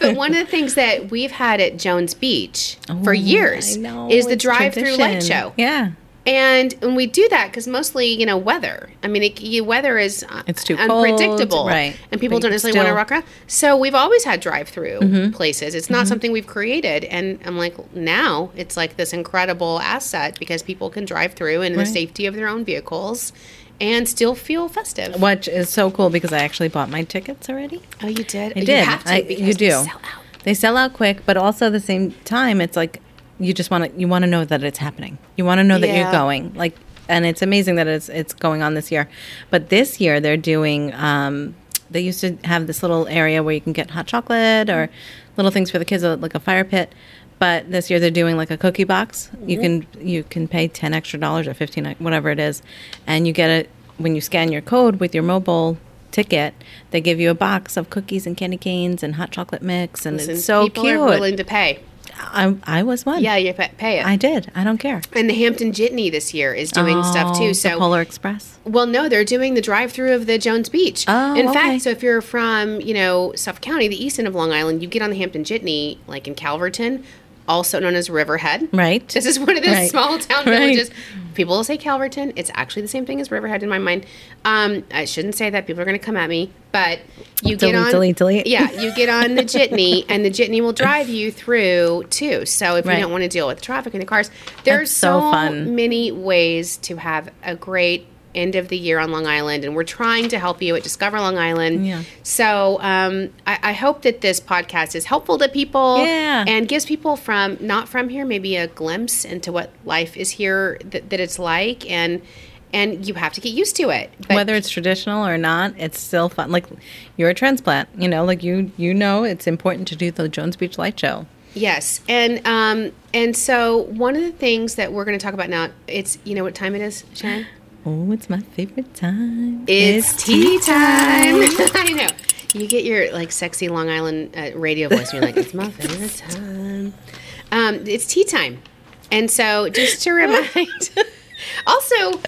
but one of the things that we've had at Jones Beach for years
I know,
is the
it's
drive-through light
tradition.
show.
Yeah.
And and we do that because mostly, you know, weather. I mean, it, you, weather is uh,
It's too cold,
unpredictable,
right.
And people
But
don't necessarily
you
want to
still- Mm-hmm.
rock around. So we've always had drive-through places. It's not something we've created. And I'm like, now it's like this incredible asset because people can drive through in the
Right.
safety of their own vehicles and still feel festive.
Which is so cool because I actually bought my tickets already.
Oh, you did.
I
you
did.
Have to
I-
because
you
they
do.
sell out.
They sell out quick, but also at the same time, it's like you just want to you want to know that it's happening. You want to know that
Yeah.
you're going. Like, and it's amazing that it's it's going on this year. But this year they're doing. Um, they used to have this little area where you can get hot chocolate or little things for the kids, uh, like a fire pit. But this year they're doing like a cookie box. You
Mm-hmm.
can you can pay ten extra dollars or fifteen, e- whatever it is, and you get it when you scan your code with your mobile ticket. They give you a box of cookies and candy canes and hot chocolate mix, and
And
it's so
people
cute.
are willing to pay.
I, I was one.
Yeah, you pa- pay it.
I did. I don't care.
and the Hampton Jitney this year is doing stuff
Oh,
too.
the
So
Polar Express.
Well, no, they're doing the drive-through of the Jones Beach.
Oh,
in
okay.
fact, so if you're from you know Suffolk County, the east end of Long Island, you get on the Hampton Jitney, like in Calverton, also known as Riverhead.
Right.
This is one of those
Right.
small town
Right.
villages. People will say Calverton. It's actually the same thing as Riverhead in my mind. Um, I shouldn't say that. People are going to come at me. But you
Delete,
get on,
delete, delete.
Yeah, you get on the Jitney, and the Jitney will drive you through too. So if
Right.
you don't want to deal with the traffic and the cars, there's
That's so
so
fun.
many ways to have a great end of the year on Long Island, and we're trying to help you at Discover Long Island.
Yeah.
So um, I, I hope that this podcast is helpful to people
Yeah.
and gives people from not from here maybe a glimpse into what life is here that, that it's like, and and you have to get used to it. But
Whether it's traditional or not, it's still fun. Like you're a transplant, you know. Like you, you know, it's important to do the Jones Beach Light Show.
Yes, and um, and so one of the things that we're going to talk about now, it's you know what time it is, Sharon.
Oh, it's my favorite time.
time. I know. You get your like sexy Long Island uh, radio voice, and you're like, it's my favorite time. Um, it's tea time, and so just to remind, also,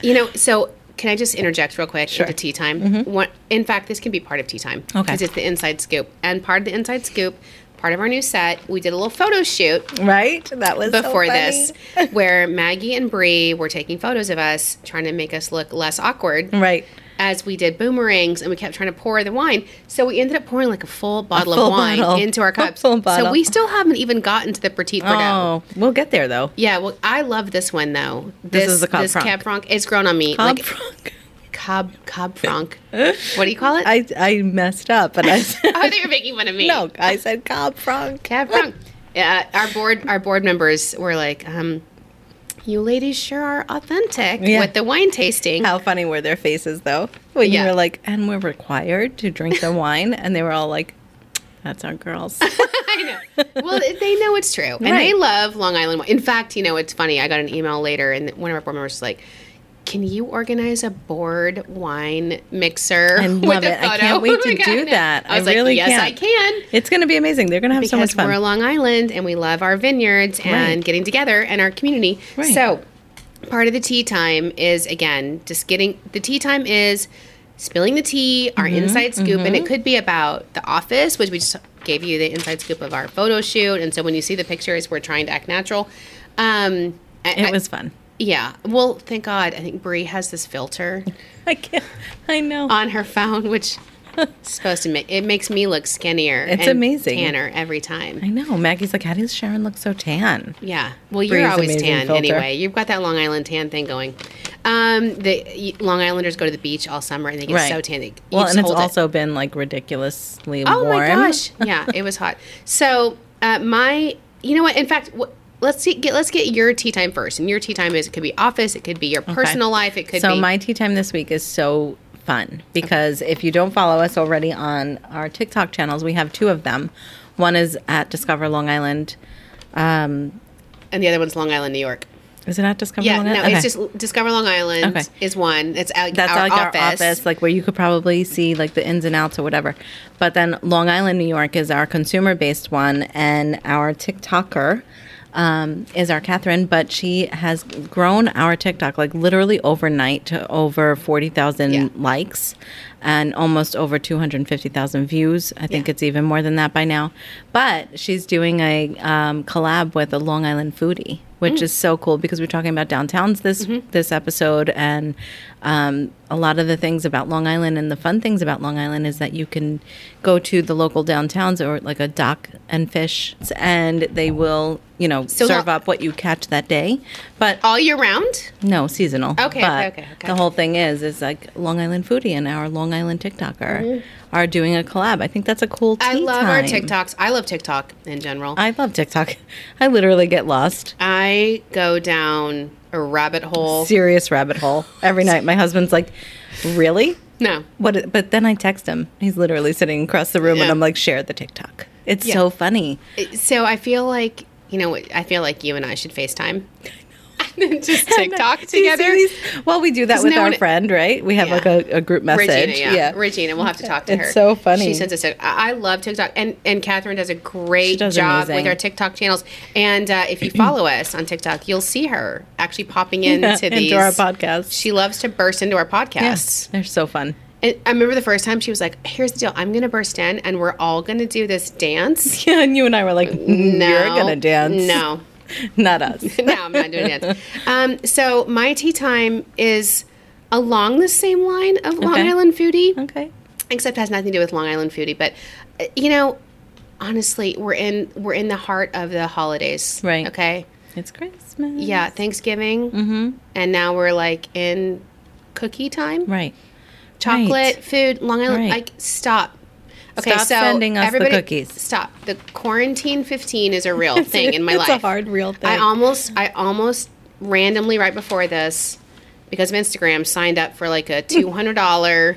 you know, so can I just interject real quick into tea time? One, in fact, this can be part of tea time
Mm-hmm. Okay.
because it's the inside scoop, and part of the inside scoop, part of our new set, we did a little photo shoot
right? That was so
before
funny.
this where Maggie and Bree were taking photos of us trying to make us look less awkward.
Right.
As we did boomerangs and we kept trying to pour the wine. So we ended up pouring like a full bottle
full
of wine
bottle.
into our
A
cups.
full
So
bottle.
we still haven't even gotten to the Petit Verdot.
Oh, we'll get there though.
Yeah, well, I love this one though.
This is the Cab
this
Franc.
Cab Franc. It's grown on me.
Bob
like
Frank.
Cab Cab Franc. what do you call it?
I I messed up, but I said,
oh, I thought you were making fun of me.
no. I said Cobb Frank.
Cab Franc. Yeah, our board our board members were like, um, "You ladies sure are authentic
Yeah.
with the wine tasting."
How funny were their faces though? When
Yeah.
you were like, and we're required to drink the wine, and they were all like, "That's our girls."
I know. Well, they know it's true, and they
Right.
love Long Island. wine. In fact, you know, it's funny. I got an email later, and one of our board members was like. Can you organize a board wine mixer?
I
with
love
a
it. I
photo?"
can't wait to
Like, I
do
know.
that.
I was
I
like,
really
yes,
can.
I can.
It's going to be amazing. They're going to have so
because
much fun.
we're Long Island and we love our vineyards and
Right.
getting together and our community.
Right.
So, part of the tea time is again just getting the tea time is spilling the tea, our
Mm-hmm,
inside scoop, and it could be about the office, which we just gave you the inside scoop of our photo shoot. And so when you see the pictures, we're trying to act natural. Um, I-
it
I-
was fun.
yeah. Well, thank God. I think Brie has this filter
I can't. I know.
on her phone, which. is Supposed to make it makes me look skinnier.
It's
and
amazing.
tanner every time.
I know. Maggie's like, how does Sharon look so tan?
Yeah. Well,
Breeze
you're always
amazing
tan
filter.
anyway. You've got that Long Island tan thing going. Um, the y- Long Islanders go to the beach all summer and they get
Right.
so tan. They, you
Well,
just
and it's
hold it.
also been like ridiculously
oh
warm.
my gosh, yeah, it was hot. So uh, my, you know what? In fact, wh- let's see, get let's get your tea time first. And your tea time is it could be office, it could be your personal life, it could
so
be
my tea time this week is so fun because if you don't follow us already on our TikTok channels, we have two of them. One is at Discover Long Island. Um,
and the other one's Long Island, New York.
is it at Discover
Yeah,
Long
no,
Island?
it's
Okay.
just Discover Long Island
Okay.
is one. It's out,
that's
our,
like
office.
our office, like where you could probably see like the ins and outs or whatever. But then Long Island, New York is our consumer based one, and our TikToker um, is our Catherine, but she has grown our TikTok like literally overnight to over 40,000
Yeah.
likes and almost over 250,000 views. I think it's even more than that by now. But she's doing a um, collab with a Long Island foodie, which is so cool because we're talking about downtowns this this episode, and um, a lot of the things about Long Island and the fun things about Long Island is that you can go to the local downtowns or like a dock and fish, and they will you know serve
Lo-
up what you catch that day. But
all year round.
no, seasonal.
Okay, okay,
But
okay, okay.
The whole thing is, is like Long Island foodie and our Long Island TikToker are doing a collab. I think that's a cool. Tea
Mm-hmm. I love our
time.
TikToks. I love TikTok in general.
I love TikTok. I literally get lost.
I go down a rabbit hole.
Serious rabbit hole every night. My husband's like, "Really?
No.
What?" i- But then I text him. He's literally sitting across the room,
Yeah.
and I'm like, "Share the TikTok. It's so funny."
So I feel like, you know, I feel like you and I should FaceTime. I just TikTok
Do you see
together.
these? Well, we do that
'Cause
with
now
our
when-
friend, right? We have
Yeah.
like a, a group message.
Regina, yeah. Regina, we'll have to talk to
It's
her.
so funny.
She sends us a. I I love TikTok, and and Catherine does a great
does
job
amazing.
with our TikTok channels. And uh, if you follow us on TikTok, you'll see her actually popping into
Into
these
our podcasts.
She loves to burst into our podcasts.
Yes, they're so fun.
And I remember the first time she was like, "Here's the deal. I'm going to burst in, and we're all going to do this dance."
Yeah, and you and I were like, "Mm,
No,
you're gonna dance,
No,
not us.
no, I'm not doing dance. Um, so my tea time is along the same line of Long
Okay.
Island foodie
okay,
except has nothing to do with Long Island foodie. But uh, you know, honestly, we're in we're in the heart of the holidays,
Right.
Okay,
it's Christmas.
yeah, Thanksgiving,
Mm-hmm.
and now we're like in cookie time,
right.
chocolate
Right.
food, Long Island.
Right.
Like stop. Okay,
Stop
so
sending us the
everybody,
cookies.
Stop. The quarantine fifteen is a real thing in my
it's
life.
a hard, real
I
thing.
almost, I almost randomly right before this, because of Instagram, signed up for like a two hundred dollar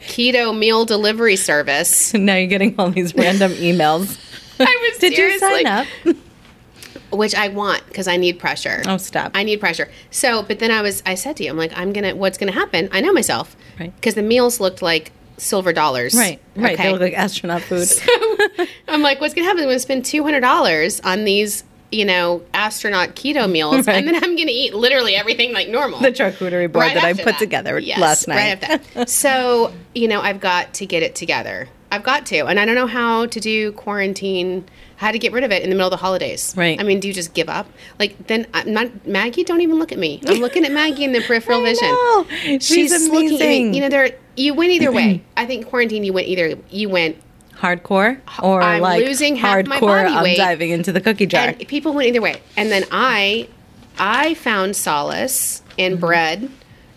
keto meal delivery service.
now you're getting all these random emails.
I was
Did you
seriously-
sign up?
Which I want because I need pressure.
Oh, stop.
I need pressure. So, but then I was, I said to you, I'm like, I'm gonna, what's gonna happen? I know myself,
Right.
Because the meals looked like silver dollars,
Right, right.
Okay.
They look like astronaut food.
I'm like, what's gonna happen? I'm gonna spend two hundred dollars on these, you know, astronaut keto meals,
Right.
and then I'm gonna eat literally everything like normal.
the charcuterie board
Right
that I
after
put together
Yes,
last night.
Right after that. so, you know, I've got to get it together. I've got to. And I don't know how to do quarantine, how to get rid of it in the middle of the holidays.
Right.
I mean, do you just give up? Like, then I'm not, Maggie, don't even look at me. I'm looking at Maggie in the peripheral vision.
know. She's
looking at
amazing.
me. You know, there, you went either way. I think quarantine, you went either, you went,
Hardcore or
I'm
like
losing half my
hardcore?
body
I'm
weight.
diving into the cookie jar.
and people went either way. And then I, I found solace in
Mm-hmm.
bread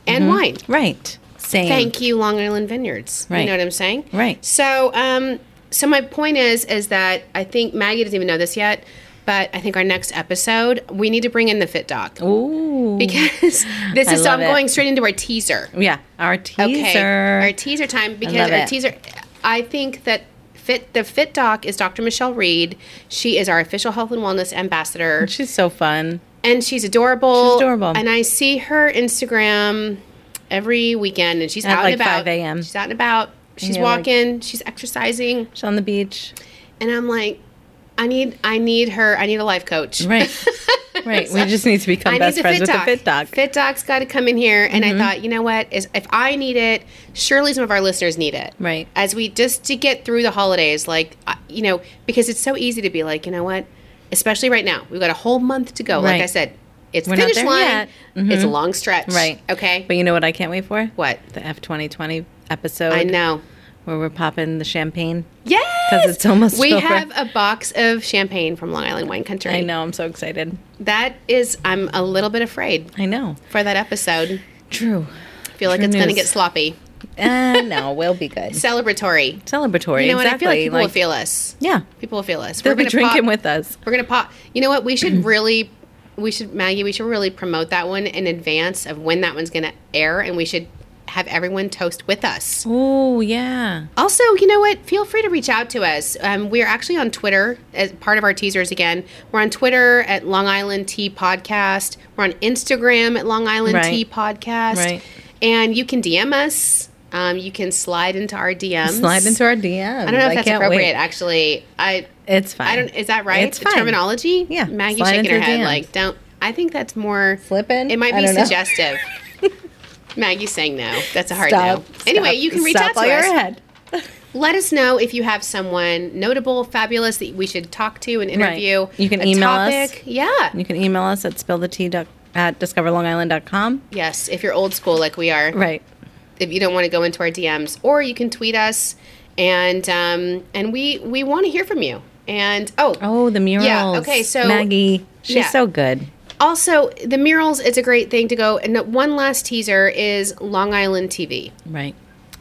and wine.
right. Same.
Thank you, Long Island Vineyards. You
Right.
know what I'm saying?
Right.
So, um, so my point is, is that I think Maggie doesn't even know this yet, but I think our next episode we need to bring in the fit doc
Ooh.
because this
I
is. So I'm
love it.
going straight into our teaser.
yeah. Our teaser.
Our teaser time because
love
our
it.
teaser. I think that fit the fit doc is Dr. Michelle Reed. She is our official health and wellness ambassador
She's so fun.
and she's adorable.
She's adorable.
And I see her Instagram every weekend, and she's
At,
out
like,
and about.
5 a.m..
She's out and about. She's
you're like-
walking. she's exercising,
She's on the beach.
and I'm like, I need, I need her. I need a life coach.
Right. Right. we just need to become
I need
best
the
friends
fit
with
doc.
the fit doc. Mm-hmm.
Fit doc's got to come in here, and I thought, you know what? Is if I need it, surely some of our listeners need it,
Right.
As we just to get through the holidays, like I- you know, because it's so easy to be like, you know what? Especially right now, we've got a whole month to go. Like
Right.
I said, it's
We're not
finish
there
line.
yet. Mm-hmm.
It's a long stretch,
Right.
Okay,
But you know what I can't wait for?
what?
The F twenty twenty episode.
I know.
Where we're popping the champagne.
Yes,
it's almost
We
over.
have a box of champagne from Long Island Wine Country.
I know. I'm so excited.
that is. I'm a little bit afraid
I know.
for that episode.
True.
I feel like
True
it's going to
news.
get sloppy,
Uh, no, we'll be good.
celebratory.
Celebratory.
You know, and
exactly.
I feel like people will feel us.
Yeah.
People will feel us.
They'll be
gonna
drinking
pop-
with us.
We're gonna pop. You know what? We should really, we should Maggie. We should really promote that one in advance of when that one's gonna air, and we should have everyone toast with us.
Oh yeah.
Also, you know what? Feel free to reach out to us. Um, we are actually on Twitter as part of our teasers again. We're on Twitter at Long Island Tea Podcast. We're on Instagram at Long Island
Right.
Tea Podcast.
Right.
And you can DM us. Um, you can slide into our DMs.
Slide into our DMs.
I don't know if that's
can't
appropriate.
wait.
Actually, I
It's fine.
I don't. Is that right?
It's fine.
Terminology.
Yeah,
Maggie
slide
shaking
into
her
the
head
DMs.
like don't. I think that's more
Flippin'?
It might
I
be
don't know.
suggestive. Maggie's saying no. That's a hard
Stop.
no. Anyway,
Stop.
you can reach
Stop
out
while
to
you're
us.
ahead.
Let us know if you have someone notable, fabulous that we should talk to and interview.
You can
a
email us.
Yeah.
You can email us at spillthetea at discoverlongisland.com.
yes, if you're old school like we are,
Right.
if you don't want to go into our DMs, or you can tweet us, and um, and we we want to hear from you. And oh
Oh, the murals.
okay, so-
Maggie, she's
Yeah.
so good.
Also, the murals, it's a great thing to go. And the one last teaser is Long Island TV.
Right.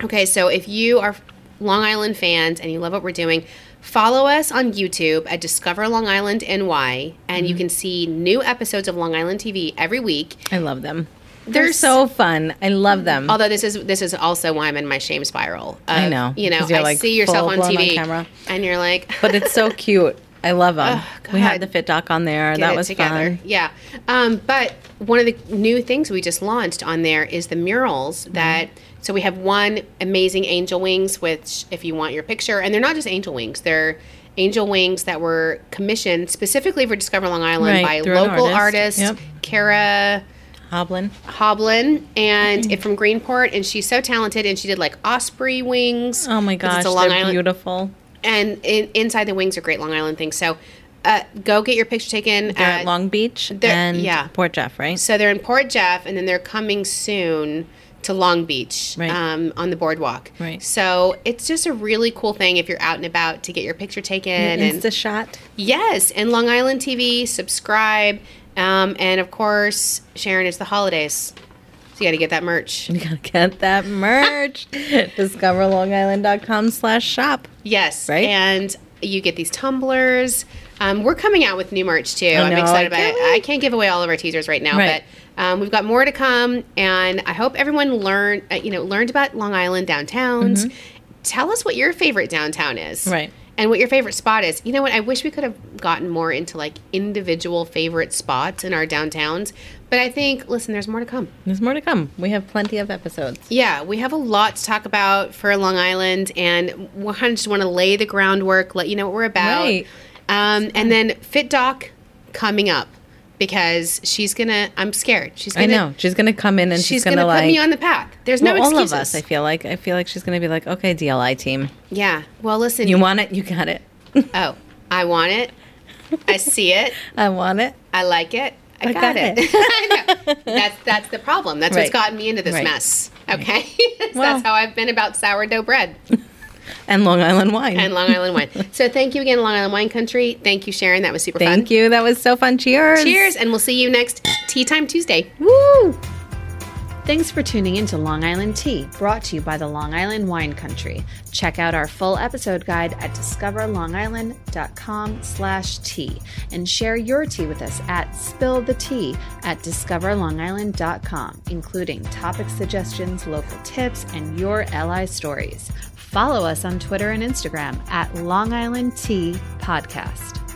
Okay, so if you are Long Island fans and you love what we're doing, follow us on YouTube at Discover Long Island NY, and
Mm-hmm.
you can see new episodes of Long Island TV every week.
I love them.
They're
They're,
s-
so fun. I love them.
Although this is this is also why I'm in my shame spiral. of,
I know,
you know,
'cause you're,
I
like,
see yourself on
full-blown on
TV,
camera.
and you're like,
but it's so cute. I love them.
Oh,
we had
God.
the Fit Doc on there.
Get
that
it
was
together.
fun.
Yeah. Um, but one of the new things we just launched on there is the murals
Mm-hmm.
that. So we have one amazing angel wings, which if you want your picture, and they're not just angel wings, they're angel wings that were commissioned specifically for Discover Long Island
Right,
by
through an
local artist,
artist. Yep.
Kara
Hoblin.
Hoblin, and it from Greenport, and she's so talented, and she did like osprey wings.
Oh my
'cause
gosh,
it's a
they're
Long Island-
beautiful.
And in, inside the wings are great Long Island things. So. Uh, go get your picture taken
They're at Long Beach
they're-
and
yeah.
Port Jeff, right?
So they're in Port Jeff, and then they're coming soon to Long Beach
Right.
um, on the boardwalk.
Right.
So it's just a really cool thing if you're out and about to get your picture taken. and
Insta shot.
yes, and Long Island TV, subscribe, um, and of course, Sharon, it's the holidays, so you got to get that merch.
You gotta get that merch. DiscoverLongIsland.com slash shop.
Yes,
Right?
and you get these tumblers. Um, we're coming out with new merch too. I'm
know,
excited
I
about
can't
it. I can't give away all of our teasers right now,
Right.
but um, we've got more to come. And I hope everyone learned, uh, you know, learned about Long Island downtowns. Tell us what your favorite downtown is,
Mm-hmm. Right.
And what your favorite spot is. You know what? I wish we could have gotten more into like individual favorite spots in our downtowns, but I think listen, there's more to come.
There's more to come. We have plenty of episodes.
Yeah, we have a lot to talk about for Long Island, and we kind of just want to lay the groundwork, let you know what we're about.
Right.
Um, and then Fit Doc coming up because she's gonna. I'm scared. She's
I
gonna.
know. She's gonna come in and
She's,
she's,
gonna, put
like
me on the path. There's no
well, all
excuses.
of us. I feel like I feel like she's gonna be like, okay, DLI team,
yeah. Well, listen.
you want it, you got it.
oh, I want it. I see it.
I want it.
I like it. I, got,
got
it.
it.
I know. That's that's the problem. That's what's
Right.
gotten me into this
Right.
mess. Okay. So
Well.
that's how I've been about sourdough bread.
And Long Island wine.
and Long Island wine. So thank you again, Long Island Wine Country. Thank you, Sharon. That was super
Thank
fun.
you. That was so fun. Cheers.
Cheers, and we'll see you next Tea Time Tuesday.
Woo! Thanks for tuning in to Long Island Tea, brought to you by the Long Island Wine Country. Check out our full episode guide at discoverlongisland.com slash tea and share your tea with us at Spill the Tea at discoverlongisland.com, including topic suggestions, local tips, and your LI stories. Follow us on Twitter and Instagram at Long Island Tea Podcast.